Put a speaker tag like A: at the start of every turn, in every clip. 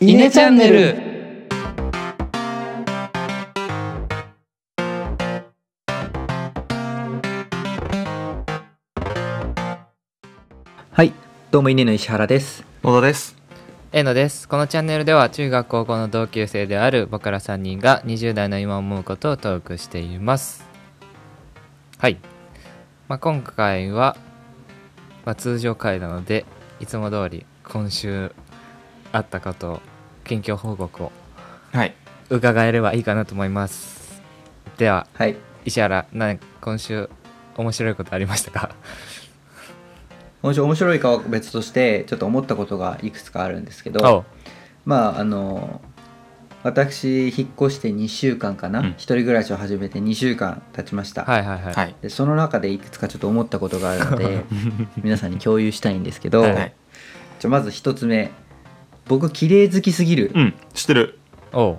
A: イネチャンネル
B: はいどうも稲の石原です
C: 野田です
A: えのですこのチャンネルでは中学高校の同級生である僕ら3人が20代の今思うことをトークしていますはい、まあ、今回は、まあ、通常回なのでいつも通り今週あったことを近況報告を
C: はい
A: 伺えればいいかなと思いますでは
B: はい
A: 石原なん今週面白いことありましたか
B: もし面白いかは別としてちょっと思ったことがいくつかあるんですけ
A: お
B: ど
A: う
B: まああの私引っ越して2週間かな、
C: うん
B: 一人暮らしを始めて2週間経ちました、
A: はいはいはい、
C: はい
B: でその中でいくつかちょっと思ったことがあるの で皆さんに共有したいんですけど、
A: は
C: はい
B: じゃあまず一つ目僕綺麗好きすぎる、
C: うん知ってる
A: おう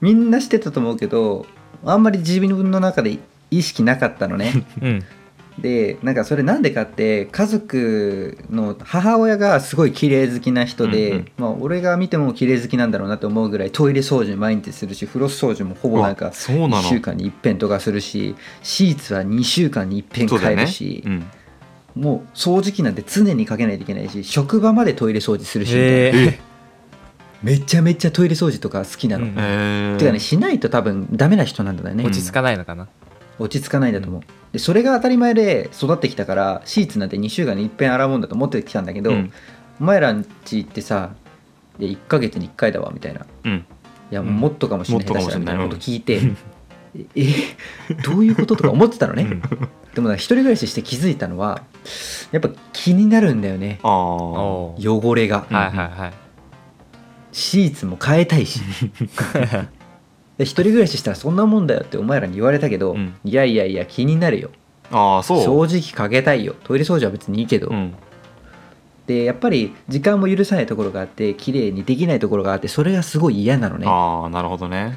B: みんなしてたと思うけどあんまり自分の中で意識なかったのね
A: うん
B: でなんかそれなんでかって家族の母親がすごい綺麗好きな人で、
C: うんうん
B: まあ、俺が見ても綺麗好きなんだろうなと思うぐらいトイレ掃除毎日するし風呂掃除もほぼなん
C: うわ
B: か
C: そうな
B: 1
C: の
B: 週間に一遍とかするしシーツは2週間に一遍
C: そうだ
B: 変え
C: よね
B: るし、
C: うん
B: もう掃除機なんて常にかけないといけないし職場までトイレ掃除するしみたいな
A: へえ
B: めちゃめちゃトイレ掃除とか好きなの。
A: うん
C: えー
B: てかねしないと多分ダメな人なんだよね
A: 落ち着かないのかな、
B: 落ち着かないんだと思う、でそれが当たり前で育ってきたからシーツなんて2週間に一遍洗うもんだと思ってきたんだけど、
C: うん
B: お前らんち行ってさ「いや1ヶ月に1回だわ」みたいな「い
C: うん
B: や
A: うん
B: もっとかもしれない、
C: もっとか
B: 下手
C: も
B: し
C: したれ
B: ら」みた
C: ない
B: いなこと聞いて「 ええどういうこと?」とか思ってたのね、
C: うん
B: でもなんか一人暮らしして気づいたのはやっぱ気になるんだよね
C: あ
A: お
C: ー
A: おう
B: 汚れが、
A: はいはいはい、
B: シーツも変えたい しで一人暮らししたらそんなもんだよってお前らに言われたけど、
C: うん
B: いやいやいや気になるよ
C: あーそう
B: 掃除機かけたいよトイレ掃除は別にいいけど、
C: うん
B: でやっぱり時間も許さないところがあって綺麗にできないところがあってそれがすごい嫌なのね
C: ああなるほどね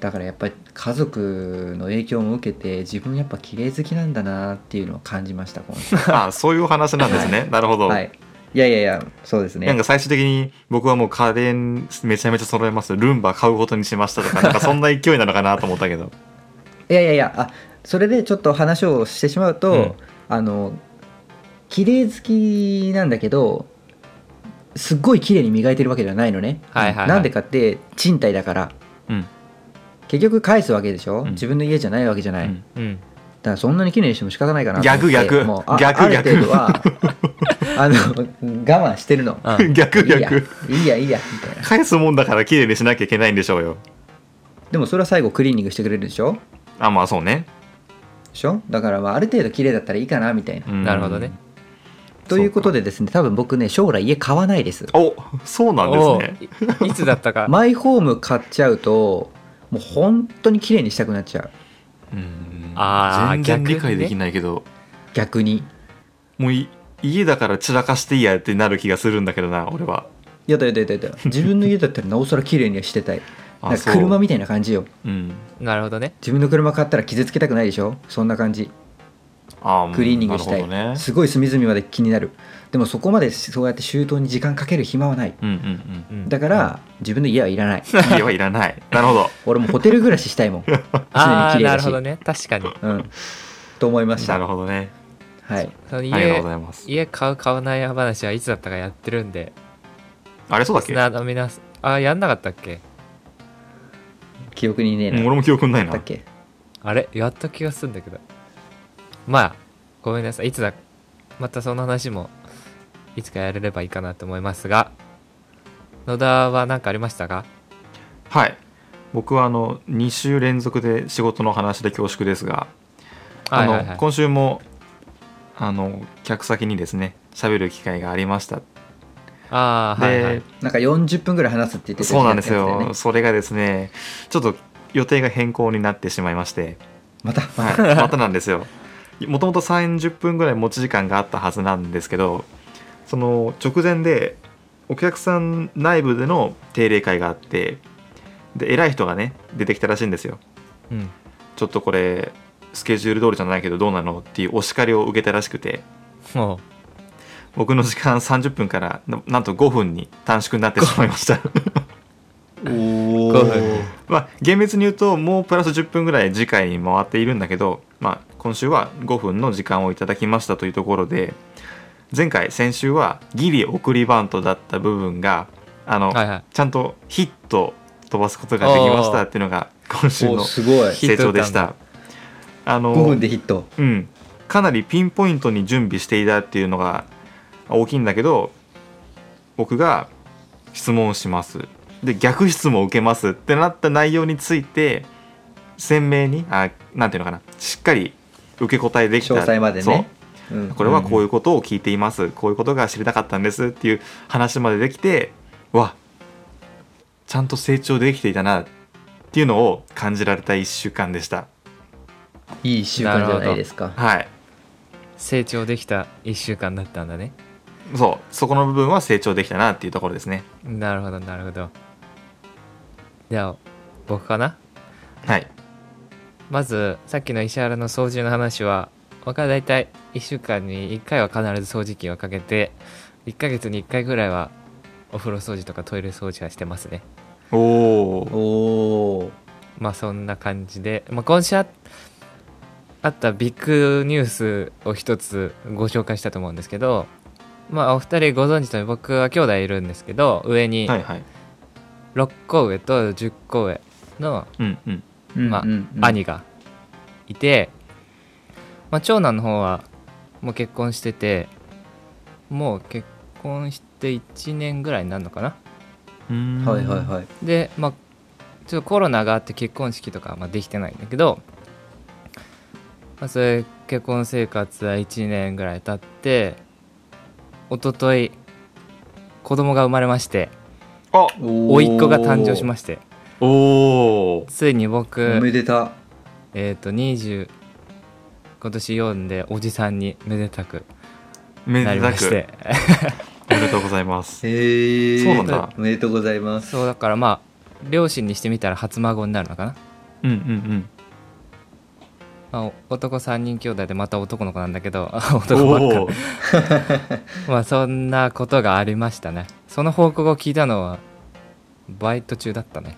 B: だからやっぱり家族の影響も受けて自分やっぱ綺麗好きなんだなっていうのを感じました今週
C: あーそういうお話なんですねなるほど
B: はいいやいやいやそうですね
C: なんか最終的に僕はもう家電めちゃめちゃ揃えますルンバ買うことにしましたとかなんかそんな勢いなのかなと思った けど
B: いやいやいやあそれでちょっと話をしてしまうと、
C: うん
B: あの綺麗好きなんだけどすっごい綺麗に磨いてるわけではないのね、
A: はいはいはい
B: なんでかって賃貸だから
C: うん
B: 結局返すわけでしょ、
C: うん
B: 自分の家じゃないわけじゃない、
C: うん
B: だ
A: うん、
B: からそんなに綺麗にしても仕方ないかなと思って
C: 逆逆
B: もうあ
C: 逆
B: ある
C: 逆
B: 程度 はあの我慢してるの
A: あ
C: 逆
B: いいや
C: 逆
B: いいやいいやみたいな
C: 返すもんだから綺麗にしなきゃいけないんでしょうよ
B: でもそれは最後クリーニングしてくれるでしょで
C: あまあそうね、
B: しょだからまあある程度綺麗だったらいいかなみたいな、
C: うん
A: なるほどね
B: ということでですね多分僕ね将来家買わないです
C: おそうなんですね
A: おうい いつだったか、
B: マイホーム買っちゃうともう本当に綺麗にしたくなっちゃう
C: うん
A: あー
C: 全然
A: 逆にね
C: 理解できないけど、
B: 逆に
C: もうい家だから散らかしていいやってなる気がするんだけどな俺は
B: やだやだやだや だ自分の家だったらなおさら綺麗にはしてたい
C: あ
B: なんか車みたいな感じよ
C: そううん
A: なるほどね
B: 自分の車買ったら傷つけたくないでしょそんな感じ
C: あー
B: クリーニングしたい、
C: うんなるほどね
B: すごい隅々まで気になるでもそこまでそうやって周到に時間かける暇はない
C: うんうん
A: うん
B: だから自分の家はいらない
C: うん 家はいらないなるほど
B: 俺もホテル暮らししたいも ん常に
A: ああ
B: 綺麗
A: な
B: だ
A: る
B: し
A: ほどね確かに
B: うんと思いまし
C: な
B: た
C: るほどね
B: はい
A: その
C: ありがとうご
A: 家
C: ざいます
A: 家買う買わない話はいつだったかやってるんで
C: あれそうだっけ
A: 砂の皆さんあやんなかったっけ
B: 記憶にねえ
C: うん
B: な
C: 俺も記憶ないな
B: だっけ
A: あれやった気がするんだけどまあごめんなさいいつだまたその話もいつかやれればいいかなと思いますが野田は何かありましたか
C: はい僕はあの2週連続で仕事の話で恐縮ですが、
A: はいはい
C: あ
A: は
C: の
A: い
C: 今週もあの客先にですね喋る機会がありました
A: ああ
C: で、
A: はいはい
B: なんか40分ぐらい話すって言ってた
C: そうなんです
B: やつだ
C: よ、
B: ね
C: それがですねちょっと予定が変更になってしまいまして、
B: また
C: はい、またなんですよ もともと30分ぐらい持ち時間があったはずなんですけどその直前でお客さん内部での定例会があってで偉い人がね出てきたらしいんですよ
A: うん
C: ちょっとこれスケジュール通りじゃないけどどうなのっていうお叱りを受けたらしくて
A: も
C: 僕の時間30分からななんと5分に短縮になってしまいました
B: おお
A: 五分
C: まあ厳密に言うともうプラス10分ぐらい次回に回っているんだけど、まあ、今週は5分の時間をいただきましたというところで前回先週はギリ送りバントだった部分があの、
A: はいはい
C: ちゃんとヒット飛ばすことができましたっていうのが今週の
B: すごい
A: ヒ
C: 成長でし
A: ヒッ
C: た。あの
B: 5分でヒット
C: うん、かなりピンポイントに準備していたっていうのが大きいんだけど僕が質問しますで逆質問を受けますってなった内容について鮮明にあなんていうのかなしっかり受け答えできた
B: 詳細までね
C: そう
B: うん
C: これはこういうことを聞いています、こういうことが知りたかったんですっていう話までできてわちゃんと成長できていたなっていうのを感じられた1週間でした
B: いい1週間じゃないですか
C: はい
A: 成長できた1週間だったんだね
C: そうそこの部分は成長できたなっていうところですね
A: なるほどなるほどじゃあ僕かな
C: はい
A: まずさっきの石原の掃除の話は僕は大体1週間に1回は必ず掃除機をかけて1ヶ月に1回ぐらいはお風呂掃除とかトイレ掃除はしてますね
C: お
B: お
C: お
B: お
A: まあそんな感じで、まあ、今週ああったビッグニュースを一つご紹介したと思うんですけどまあお二人ご存知のように僕は兄弟いるんですけど上に
C: はいはい
A: 6個上と10個上の
C: うんうん
B: ー
A: まあ
B: うんうんうん
A: 兄がいて、まあ、長男の方はもう結婚しててもう結婚して1年ぐらいになるのかな
C: うーん
B: はいはいはい
A: でまあちょっとコロナがあって結婚式とかはまあできてないんだけど、まあ、それ結婚生活は1年ぐらい経って一昨日子供が生まれまして
C: あ
A: 甥っ子が誕生しま
B: し
A: して
C: おお
A: ついに僕
B: おめでた
A: えっ、と20今年4でおじさんにめでたく
C: め
A: な
C: で
A: り
C: た
A: まし
C: く
A: て
C: おめでとうござい ます
B: へえ
C: そうなんだ
B: おめでとうございます
A: そうだからまあ両親にしてみたら初孫になるのかな、
C: うんうん
A: まあ、お男3人兄弟でまた男の子なんだけど
C: うん
A: 男ばっか
C: おお
A: まあそんなことがありましたねその報告を聞いたのはバイト中だったね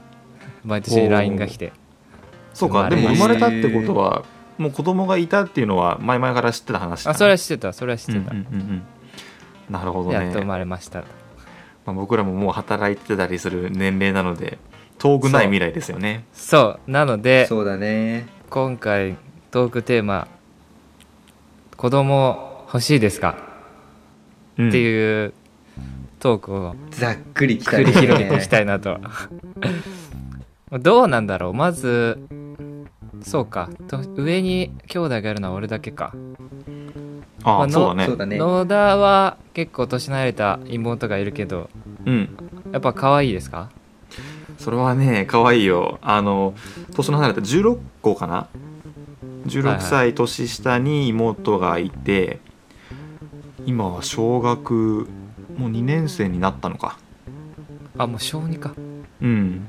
A: バイト中に LINE が来て
C: そうかで
A: 生ま
C: も
A: れ
C: 生まれたってことはもう子供がいたっていうのは前々から知ってた話だ
A: あそれは知ってたそれは知ってた、
C: うんうんうんうんなるほどね
A: やっと生まれました
C: まあ、僕らももう働いてたりする年齢なので遠くない未来ですよね
A: そうなので
B: そうだね
A: 今回トークテーマ「子供欲しいですか?」
C: うん
A: っていうトークを
B: ざっくりきた
A: 繰
B: い
A: り
B: ですね
A: 広げていきたいなと。どうなんだろうまずそうかと上に兄弟がいるのは俺だけか、
C: あ
A: まあ
C: あそうだね
B: そうだね
A: 野田は結構年慣れた妹がいるけど
C: うん
A: やっぱ可愛いですか
C: それはね可愛いよあの年の離れた16個かな
A: はいは
C: 16
A: い
C: 歳年下に妹がいて、今は小学もう2年生になったのか
A: あもう小児か
C: うん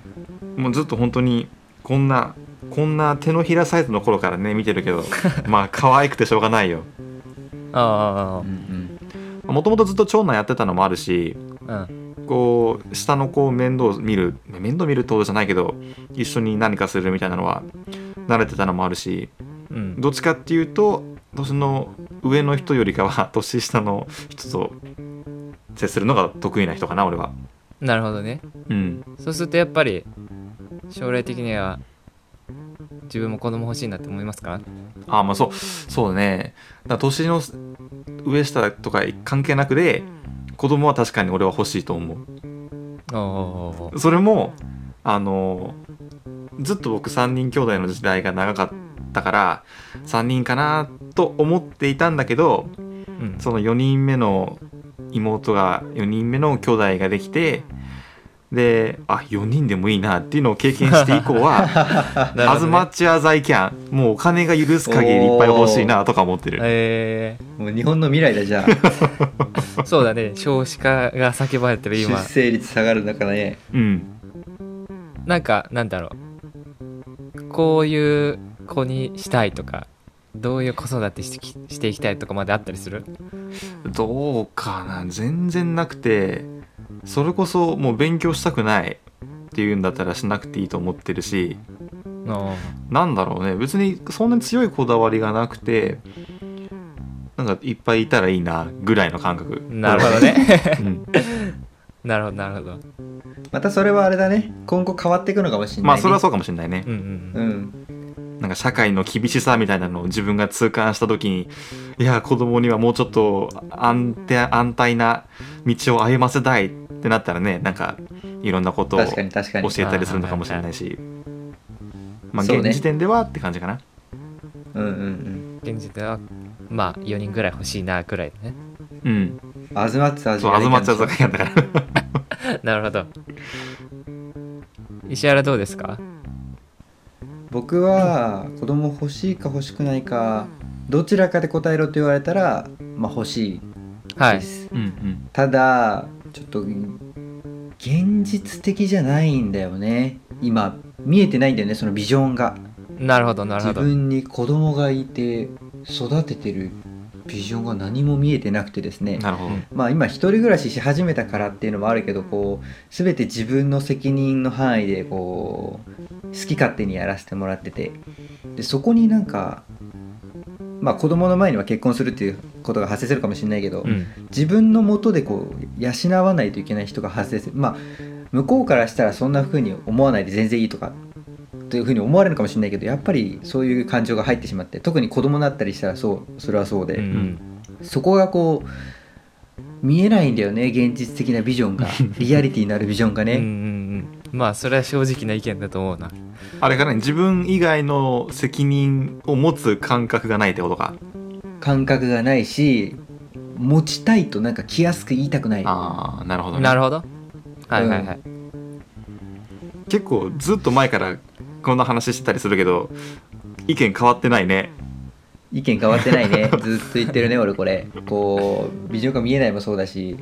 C: もうずっと本当にこんなこんな手のひらサイズの頃からね見てるけどまあ可愛くてしょうがないよ
A: あ
B: うん
C: もともとずっと長男やってたのもあるし
A: あうん
C: こう下の子を面倒見る面倒見るってことじゃないけど一緒に何かするみたいなのは慣れてたのもあるし
A: うん
C: どっちかっていうと年の上の人よりかは年下の人と接するのが得意な人かな俺は
A: なるほどね
C: うん
A: そうするとやっぱり将来的には自分も子供欲しいなって思いますか
C: あまあそうそうだねだから年の上下とか関係なくで子供は確かに俺は欲しいと思
A: おお
C: うそれもあのずっと僕3人兄弟の時代が長かったから3人かなと思っていたんだけど
A: うん
C: その4人目の妹が4人目の兄弟ができてであ4人でもいいなっていうのを経験して以降は
A: なるほ
C: アズ
A: どね
C: マッチアザイキャンもうお金が許す限りいっぱい欲しいなとか思ってる
A: え
B: うんもう日本の未来だじゃあ
A: ーそうだね少子化が叫ばれてる
B: 出
A: 今
B: 生率下がる中ね
C: うん
A: なんかなんだろうこういう子にしたいとかどういう子育てしてきしていきたいとかまであったりする
C: どうかな全然なくてそれこそもう勉強したくないっていうんだったらしなくていいと思ってるし
A: あ
C: なんだろうね別にそんなに強いこだわりがなくてなんかいっぱいいたらいいなぐらいの感覚
A: ーなるほ どね
C: うん
A: なるほどなるほどう
B: またそれはあれだね今後変わっていくのかもしれない、ね、
C: まあそれはそうかもしれないね
A: んうんう
B: うんん
C: なんか社会の厳しさみたいなのを自分が痛感した時にいや子供にはもうちょっと安定安泰な道を歩ませたいってなったらねなんかいろんなことを
B: 確かに確かに
C: 教えたりするのかもしれないしまあ
B: そう
C: 現
B: ね
C: 時点ではって感じかな
B: うんうんうん
A: 現時点はまあ4人ぐらい欲しいなくらいね
C: うん
B: あずまってた味
C: そう
B: がいい
C: 東
B: 感
C: 松
B: じ
C: 屋酒屋だから
A: なるほど石原どうですか
B: 僕は子供欲しいか欲しくないかどちらかで答えろと言われたらまあ欲しい
A: はい
B: です、
C: うんうん
B: ただちょっと現実的じゃないんだよね今見えてないんだよねそのビジョンが
A: なるほどなる
B: 自
A: ほど
B: 分に子供がいて育ててるビジョンが何も見えてなくてですね
C: なるほど
B: まあ今一人暮らしし始めたからっていうのもあるけどこう全て自分の責任の範囲でこう好き勝手にやらせてもらっててでそこになんかまあ子供の前には結婚するっていうことが発生するかもしれないけど、
A: うん
B: 自分のもとでこう養わないといけない人が発生するまあ向こうからしたらそんな風に思わないで全然いいとかという風に思われるかもしれないけどやっぱりそういう感情が入ってしまって特に子供だったりしたらそうそれはそうで、
A: うん
B: そこがこう見えないんだよね現実的なビジョン がリアリティになるビジョンが
A: うんうんう
B: ね、
A: んまあそれは正直な意見だと思うな
C: あれかな自分以外の責任を持つ感覚がないってことか
B: 感覚がないし持ちたいとなんか気安く言いたくない
C: ああなるほどね
A: なるほどはいはいはい
C: 結構ずっと前からこんな話してたりするけど意見変わってないね
B: 意見変わってないねずっと言ってるね俺これこうビジョンが見えないもそうだし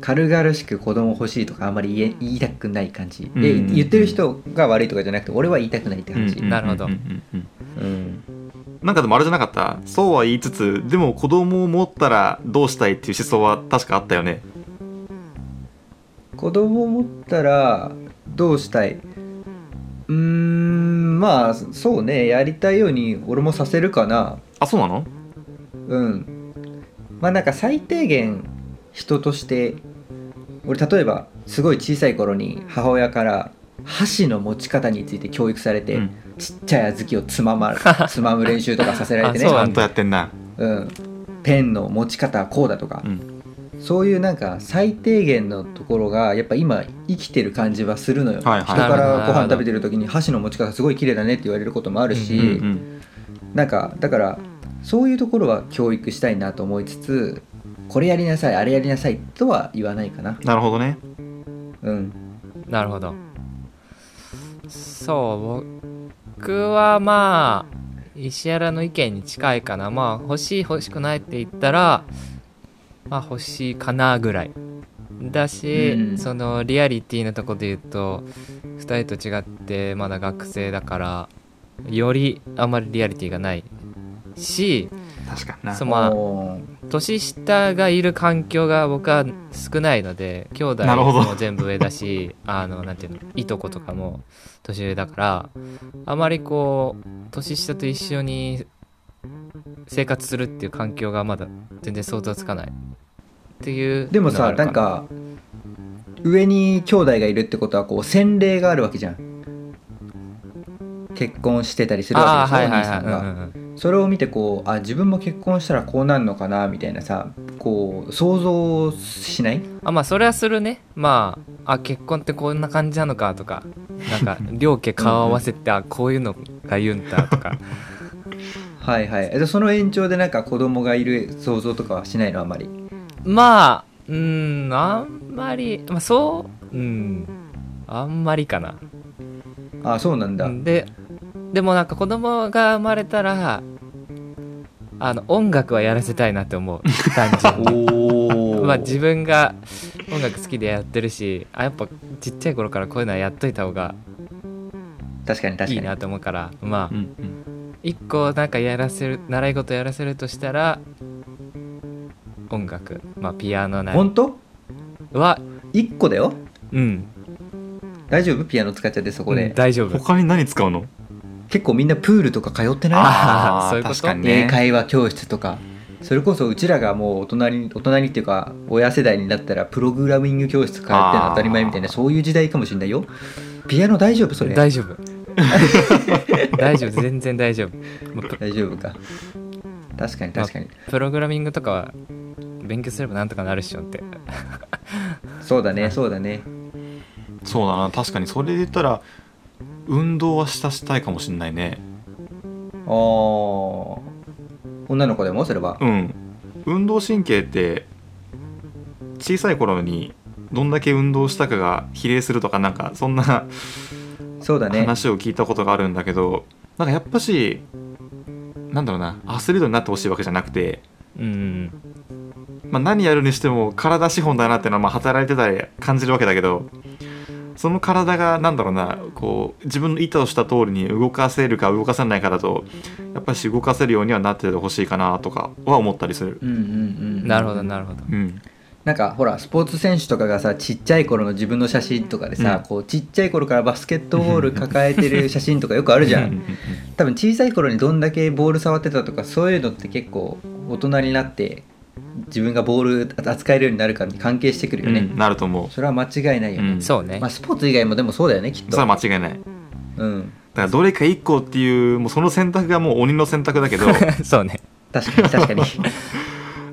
B: 軽々しく子供欲しいとかあんまり言え言いたくない感じで
C: うん
B: 言ってる人が悪いとかじゃなくて俺は言いたくないって感じ
C: うんうん
A: なるほど
C: うんうんうん
B: うん
C: なんかでもあれじゃなかったそうは言いつつでも子供を持ったらどうしたいっていう思想は確かあったよね
B: 子供を持ったらどうしたいうーんまあそうねやりたいように俺もさせるかな
C: あそうなの
B: うんまあなんか最低限人として俺例えばすごい小さい頃に母親から箸の持ち方について教育されて、
C: うん
B: ちっちゃい小豆をつま まつまむ練習とかさせられて
A: あ
C: ち
A: そう
B: ね
C: ゃ
A: なん
C: とやってんな
B: うん、ペンの持ち方はこうだとか
C: う、ん
B: そういうなんか最低限のところがやっぱ今生きてる感じはするのよ、
C: はいはい
B: 人か
A: なるほ
B: ら
A: ど
B: ご飯食べてる時に箸の持ち方すごい綺麗だねって言われることもあるし、
C: うんうん
B: なんかだからそういうところは教育したいなと思いつつこれやりなさいあれやりなさいとは言わないかな
C: なるほどね
B: うん
A: なるほどそう僕はまあ石原の意見に近いかなまあ欲しい欲しくないって言ったらまあ欲しいかなぐらいだし、
B: うん
A: そのリアリティのとこで言うと2人と違ってまだ学生だからよりあまりリアリティがないし
C: 確かにな
A: そのまあ
B: おー
A: 年下がいる環境が僕は少ないので兄弟
C: なるほど
A: も全部上だし あのなんていうのいとことかも年上だからあまりこう年下と一緒に生活するっていう環境がまだ全然想像つかないっていう
B: でも
A: のがあ
B: さ
A: る
B: なんか上に兄弟がいるってことはこう洗礼があるわけじゃん結婚してたりする
A: あ
B: わ
A: あ
B: けで
A: は
B: しょお
A: いはい
B: 兄さ
A: はい
B: ん
A: うんう
B: が
A: ん
B: それを見てこうあ自分も結婚したらこうなるのかなみたいなさこう想像しない
A: うんあまあそれはするねまああ結婚ってこんな感じなのかとかな んか両家顔合わせてあこういうのが言うんだとか
B: はいはいでその延長でなんか子供がいる想像とかはしないのあまり
A: まあうーんあんまり、まあ、そううんあんまりかな
B: あそうなんだ、
A: ででもなんか子供が生まれたらあの音楽はやらせたいなって思う単純に
B: おお
A: まあ自分が音楽好きでやってるしあやっぱちっちゃい頃からこういうのはやっといた方が
B: 確かに確かに
A: いいなと思うからま
C: うんうん
A: 一個なんかやらせる習い事やらせるとしたら音楽まあピアノなり
B: 本当
A: は
B: ?1 個だよ
A: うん
B: 大丈夫ピアノ使っちゃってそこで、
A: うん大丈夫
C: 他に何使うの
B: 結構みんなプールとか通ってない
A: あー
C: ー
A: そういうこと
C: 確かに
B: 英
C: ね
B: 会話教室とかそれこそうちらがもう大人に大人にっていうか親世代になったらプログラミング教室通ってるの当たり前みたいな
C: あー
B: そういう時代かもしれないよピアノ大丈夫それ
A: 大丈夫大丈夫全然大丈夫 まあプ
B: 大丈夫か確かに確かに、
A: プログラミングとかは勉強すればなんとかなるっしょって
B: そうだねそうだね
C: そうだな確かにそれで言ったら運動はしたしたいかもしんないね
B: あー女の子でもそれは、
C: うん運動神経って小さい頃にどんだけ運動したかが比例するとかなんかそんな
B: そうだね
C: 話を聞いたことがあるんだけど、なんかやっぱしなんだろうなアスリートになってほしいわけじゃなくて、
A: うん
C: まあ、何やるにしても体資本だなっていうのはまあ働いてたり感じるわけだけどその体がなんだろうなこう自分の意図をした通りに動かせるか動かせないかだとやっぱりし動かせるようにはなっててほしいかなとかは思ったりする。
B: うんうんうん
A: なるほどなるほど
C: うん、
B: なんかほらスポーツ選手とかがさちっちゃい頃の自分の写真とかでさ、
C: うん
B: こうちっちゃい頃からバスケットボール抱えてる写真とかよくあるじゃ
C: うんうんんうん
B: 多分小さい頃にどんだけボール触ってたとかそういうのって結構大人になって自分がボール扱えるようになるからに関係してくるよね、
C: うんなると思う
B: それは間違いないよね、
C: うん
A: そうね
B: まあ、スポーツ以外もでもそうだよねきっ
C: それは
B: と、
C: 間違いないだか
B: うん、
C: らどれか一個っていうもうその選択がもう鬼の選択だけど
A: そうね
B: 確 かに確かに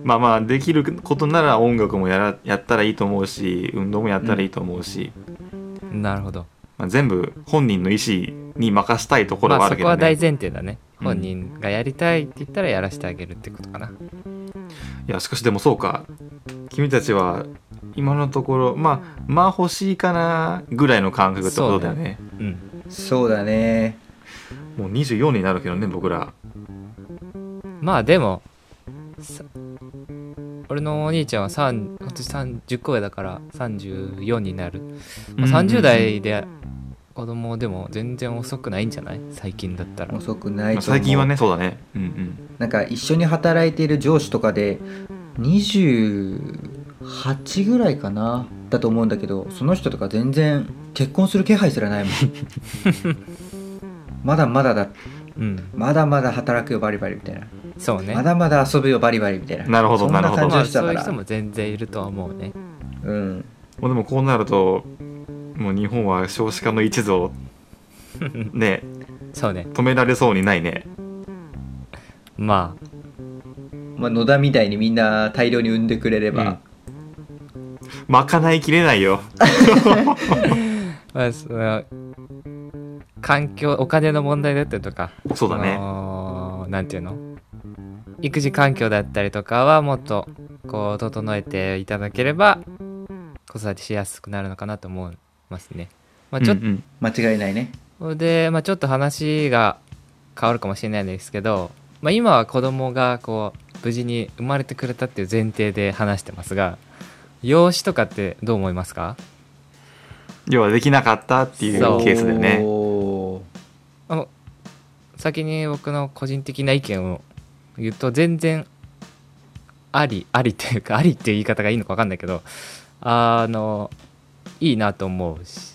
C: まあまあできることなら音楽もやらやったらいいと思うし運動もやったらいいと思うし、
A: なるほど
C: まあ、全部本人の意思に任したいところ
A: ま
C: はあ
A: あ
C: る
A: そ
C: け
A: こ
C: ど
A: は
C: ね、
A: 大前提だね
C: うん
A: 本人がやりたいって言ったらやらせてあげるってことかない
C: やしかしでもそうか君たちは今のところまあまあ欲しいかなぐらいの感覚ってことだよね
A: うん
B: そうだね
C: もう24になるけどね僕ら
A: まあでもさ俺のお兄ちゃんは3私30個上だから34になる、まあ、30代で子供でも全然遅くないんじゃない最近だったら
B: 遅くな
C: うん
B: い
C: まあ
B: と思う
C: 最近はねそうだねうんうん
B: なんか一緒に働いている上司とかで28ぐらいかなだと思うんだけどその人とか全然結婚する気配すらないもん まだまだだ
A: うん
B: まだまだ働くよバリバリみたいな、
A: そうね
B: まだまだ遊ぶよバリバリみたいな
C: なるほど
B: そんな
C: なるほど
B: 感じ
A: ま
B: の人
A: あそう
B: だ
A: いう
B: か
A: 人
B: ら
A: も全然いるとは思うね
B: うん
C: もうでもこうなるともう日本は少子化の一途 をね
A: そうね
C: 止められそうにないね
A: ま
B: まあ、野田みたいにみんな大量に産んでくれれば、
C: まかないきれないよ
A: あ、まあ、その環境お金の問題だったりとか
C: そうだ
A: あ
C: ね
A: のーなんていうの育児環境だったりとかはもっとこう整えていただければ子育てしやすくなるのかなと思いますね。まあ、ちょっ
C: うんうん
B: 間違いないね
A: とで、まあ、ちょっと話が変わるかもしれないんですけど、まあ、今は子供がこう無事に生まれてくれたっていう前提で話してますが養子とかってどう思いますか
C: 要はできなかったっていう
A: そう
C: ケースだよね
B: おー
A: あの先に僕の個人的な意見を言うと全然ありありっていうかあ りっていう言い方がいいのか分かんないけどあのいいなと思うし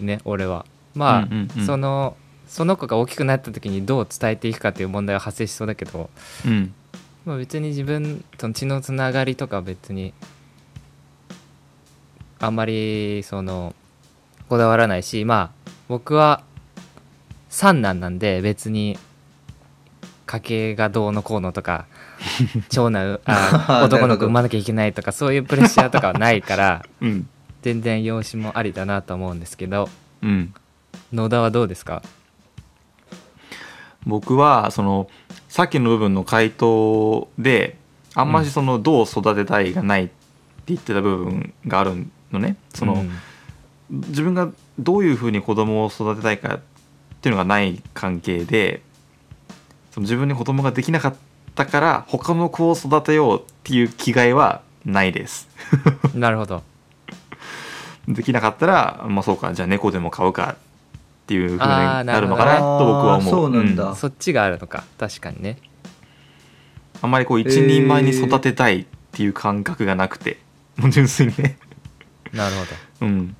A: ね俺はまあ、
C: うんうんうん
A: そのその子が大きくなった時にどう伝えていくかっていう問題は発生しそうだけど、
C: うん
A: まあ、別に自分との血のつながりとかは別にあんまりそのこだわらないしまあ僕は三男なんで別に家計がどうのこうのと か長男あ男の子産まなきゃいけないとかそういうプレッシャーとかはないから
C: うん
A: 全然養子もありだなと思うんですけど
C: うん
A: 野田はどうですか
C: 僕はそのさっきの部分の回答であんまりそのどう育てたいがないって言ってた部分があるのねその、
A: うん
C: 自分がどういうふうに子供を育てたいかっていうのがない関係でその自分に子供ができなかったから他の子を育てようっていう気概はないです。
A: なるほど
C: できなかったら、まあ、そうかじゃあ猫でも飼うかっていうふうに
A: あー
C: なるのか
A: な
C: な
A: る
B: ほど
C: と僕は思う
B: そうなんだ
A: そっち があるのか確かにね
C: あんまりこう一人前に育てたいっていう感覚がなくて、もう純粋にね
A: なるほ
C: うん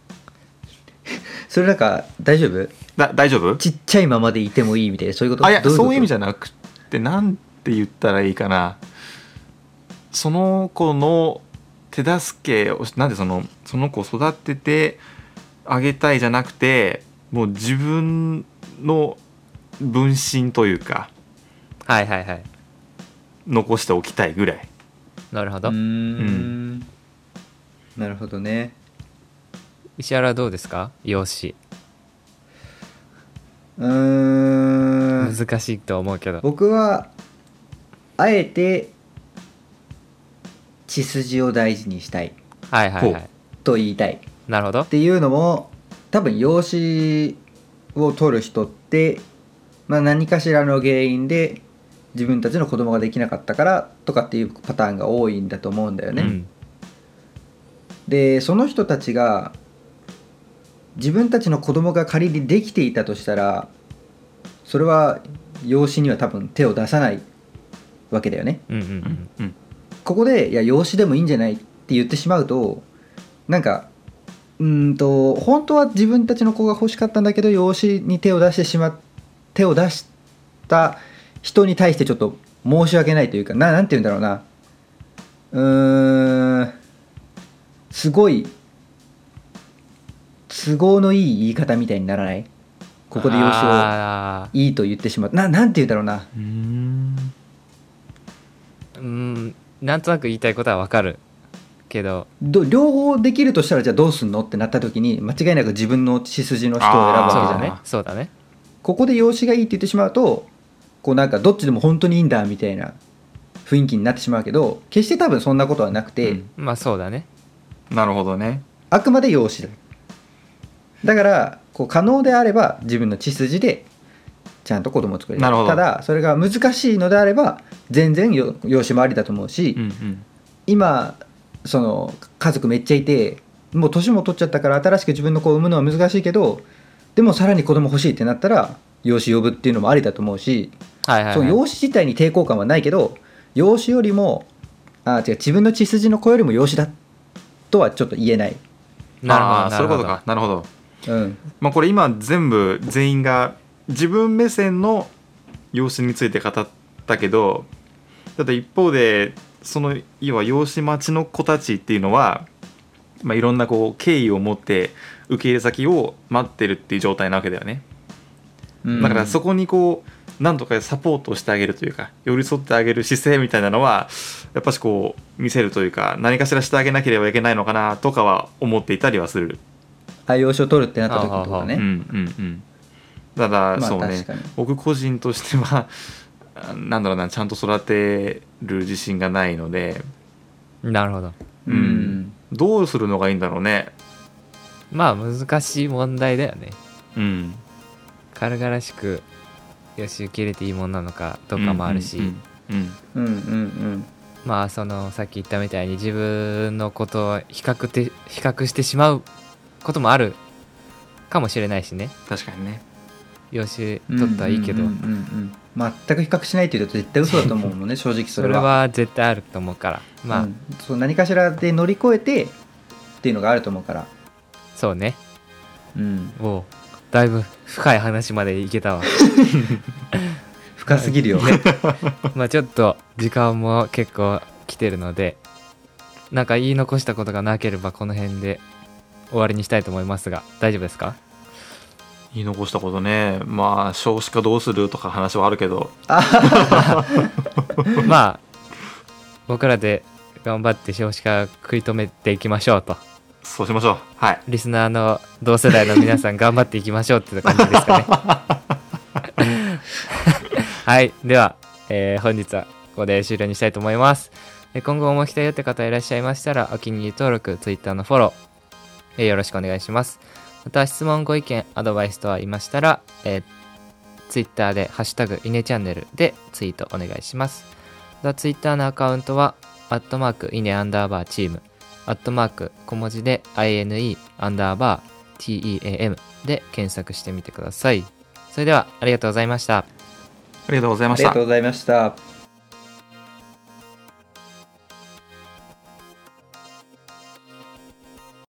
B: それなんか大丈夫
C: だ大丈夫
B: ちっちゃいままでいてもいいみたいなそういうこと
C: あいや
B: ど
C: そういう意味じ
B: ゃ
C: ゃなくてなんて言ったらいいかなその子の手助けをしなんでそのその子を育ててあげたいじゃなくてもう自分の分身というか
A: どはいはいはい
C: 残しておきたいぐらい
A: なるほ
B: う
A: ど、
B: ー
C: うん
B: なるほどね
A: 石原はどうですか容姿
B: うーん
A: 難しいと思うけど、
B: 僕はあえて血筋を大事にしたい
A: はいはいは
C: ほ
A: い
B: と言いたい
A: なるほど
B: っていうのも多分養子を取る人って、まあ、何かしらの原因で自分たちの子供ができなかったからとかっていうパターンが多いんだと思うんだよね。
A: うん、
B: でその人たちが自分たちの子供が仮にできていたとしたらそれは養子には多分手を出さないわけだよね。
A: うんうんう
C: うんんうん
B: ここで「いや養子でもいいんじゃない?」って言ってしまうとなんかうーんと本当は自分たちの子が欲しかったんだけど養子に手を出してしま手を出した人に対してちょっと申し訳ないというかななんて言うんだろうなうーんすごい都合のいい言い方みたいにならないここで養子を
A: あ
B: いいと言ってしまうななんて言うんだろうな
C: うん
A: ーうんなんとなく言いたいことはわかるけど
B: ど両方できるとしたらじゃあどうすんのってなった時に間違いなく自分の血筋の人を選ぶ
A: そ
C: あ
A: う
B: わけじ
A: だ
C: ー
B: ゃない
A: ねそうだね
B: ここで養子がいいって言ってしまうとこうなんかどっちでも本当にいいんだみたいな雰囲気になってしまうけど決して多分そんなことはなくて、
C: うん
A: まあそうだね
C: なるほどね
B: あくまで養子だだからこう可能であれば自分の血筋でちゃんと子供を作れる
C: なるほど
B: ただそれが難しいのであれば全然よ養子もありだと思うし、
C: うんうん
B: 今その家族めっちゃいてもう年も取っちゃったから新しく自分の子を産むのは難しいけどでもさらに子供欲しいってなったら養子呼ぶっていうのもありだと思うし、
A: はいはい、
B: そ
A: は
B: の
A: い、
B: 養子自体に抵抗感はないけど養子よりもあ違う自分の血筋の子よりも養子だとはちょっと言えない、
A: なるほ
C: あ
A: ど
C: ー
A: な
C: そ
A: る
C: ういうこ
A: ほ
C: と
A: ど
C: かなるほど
B: うん、
C: まあこれ今全部全員が自分目線の養子について語ったけどただ一方でその要は養子待ちの子たちっていうのは、まあ、いろんなこう敬意を持って受け入れ先を待ってるっていう状態なわけだよねだからそ
B: こ
C: こにこうなんとかサポートしてあげるというか寄り添ってあげる姿勢みたいなのはやっぱしこう見せるというか何かしらしてあげなければいけないのかなとかは思っていたりはする。
B: あ養子を取るってなった時ってことか
A: あ
B: ね
C: うんうんうん、ただ、
B: まあ
C: そうね
B: 確かに
C: 僕個人としては あなんだろうなちゃんと育てる自信がないので
A: なるほど
C: うんどうするのがいいんだろうね
A: まあ難しい問題だよね
C: うん
A: 軽々しくよし受け入れていいもんなのかとかもあるし、
C: うんうん
B: うんうんうん
A: まあそのさっき言ったみたいに自分のことを比較て比較してしまうこともあるかもしれないしね
C: 確かにね
A: 養子
B: うん
A: 取ったらいいけど、
B: うんうんうんうん全く比較しないっていうと絶対嘘だと思うもんね正直
A: それは絶対あると思うからまあ、
B: うんそう何かしらで乗り越えてっていうのがあると思うから、
A: そうね
B: うん、
A: もうだいぶ深い話までいけ たわ
B: 深すぎるよ、
A: まあちょっと時間も結構来てるのでなんか言い残したことがなければこの辺で終わりにしたいと思いますが大丈夫で すか
C: 言い残したことねまあ少子化どうするとか話はあるけど
A: まあ僕らで頑張って少子化食い止めていきましょうと
C: そうしましょうはい
A: リスナーの同世代の皆さん頑張っていきましょうって感じですかねはいでは、えー本日はここで終了にしたいと思いますえー今後も来たよって方いらっしゃいましたらお気に入り登録 Twitter のフォロー、えーよろしくお願いしますまた質問ご意見アドバイスとありましたら、えー Twitter で「ハッシュタグイネチャンネル」でツイートお願いしますまた Twitter のアカウントはアットマークイネアンダーバーチームアットマーク小文字で INE アンダーバー TEAM で検索してみてください。それではありがとうございました。
C: ありがとうござい
B: あ
C: まし
B: りが
C: た
B: とう。ございました。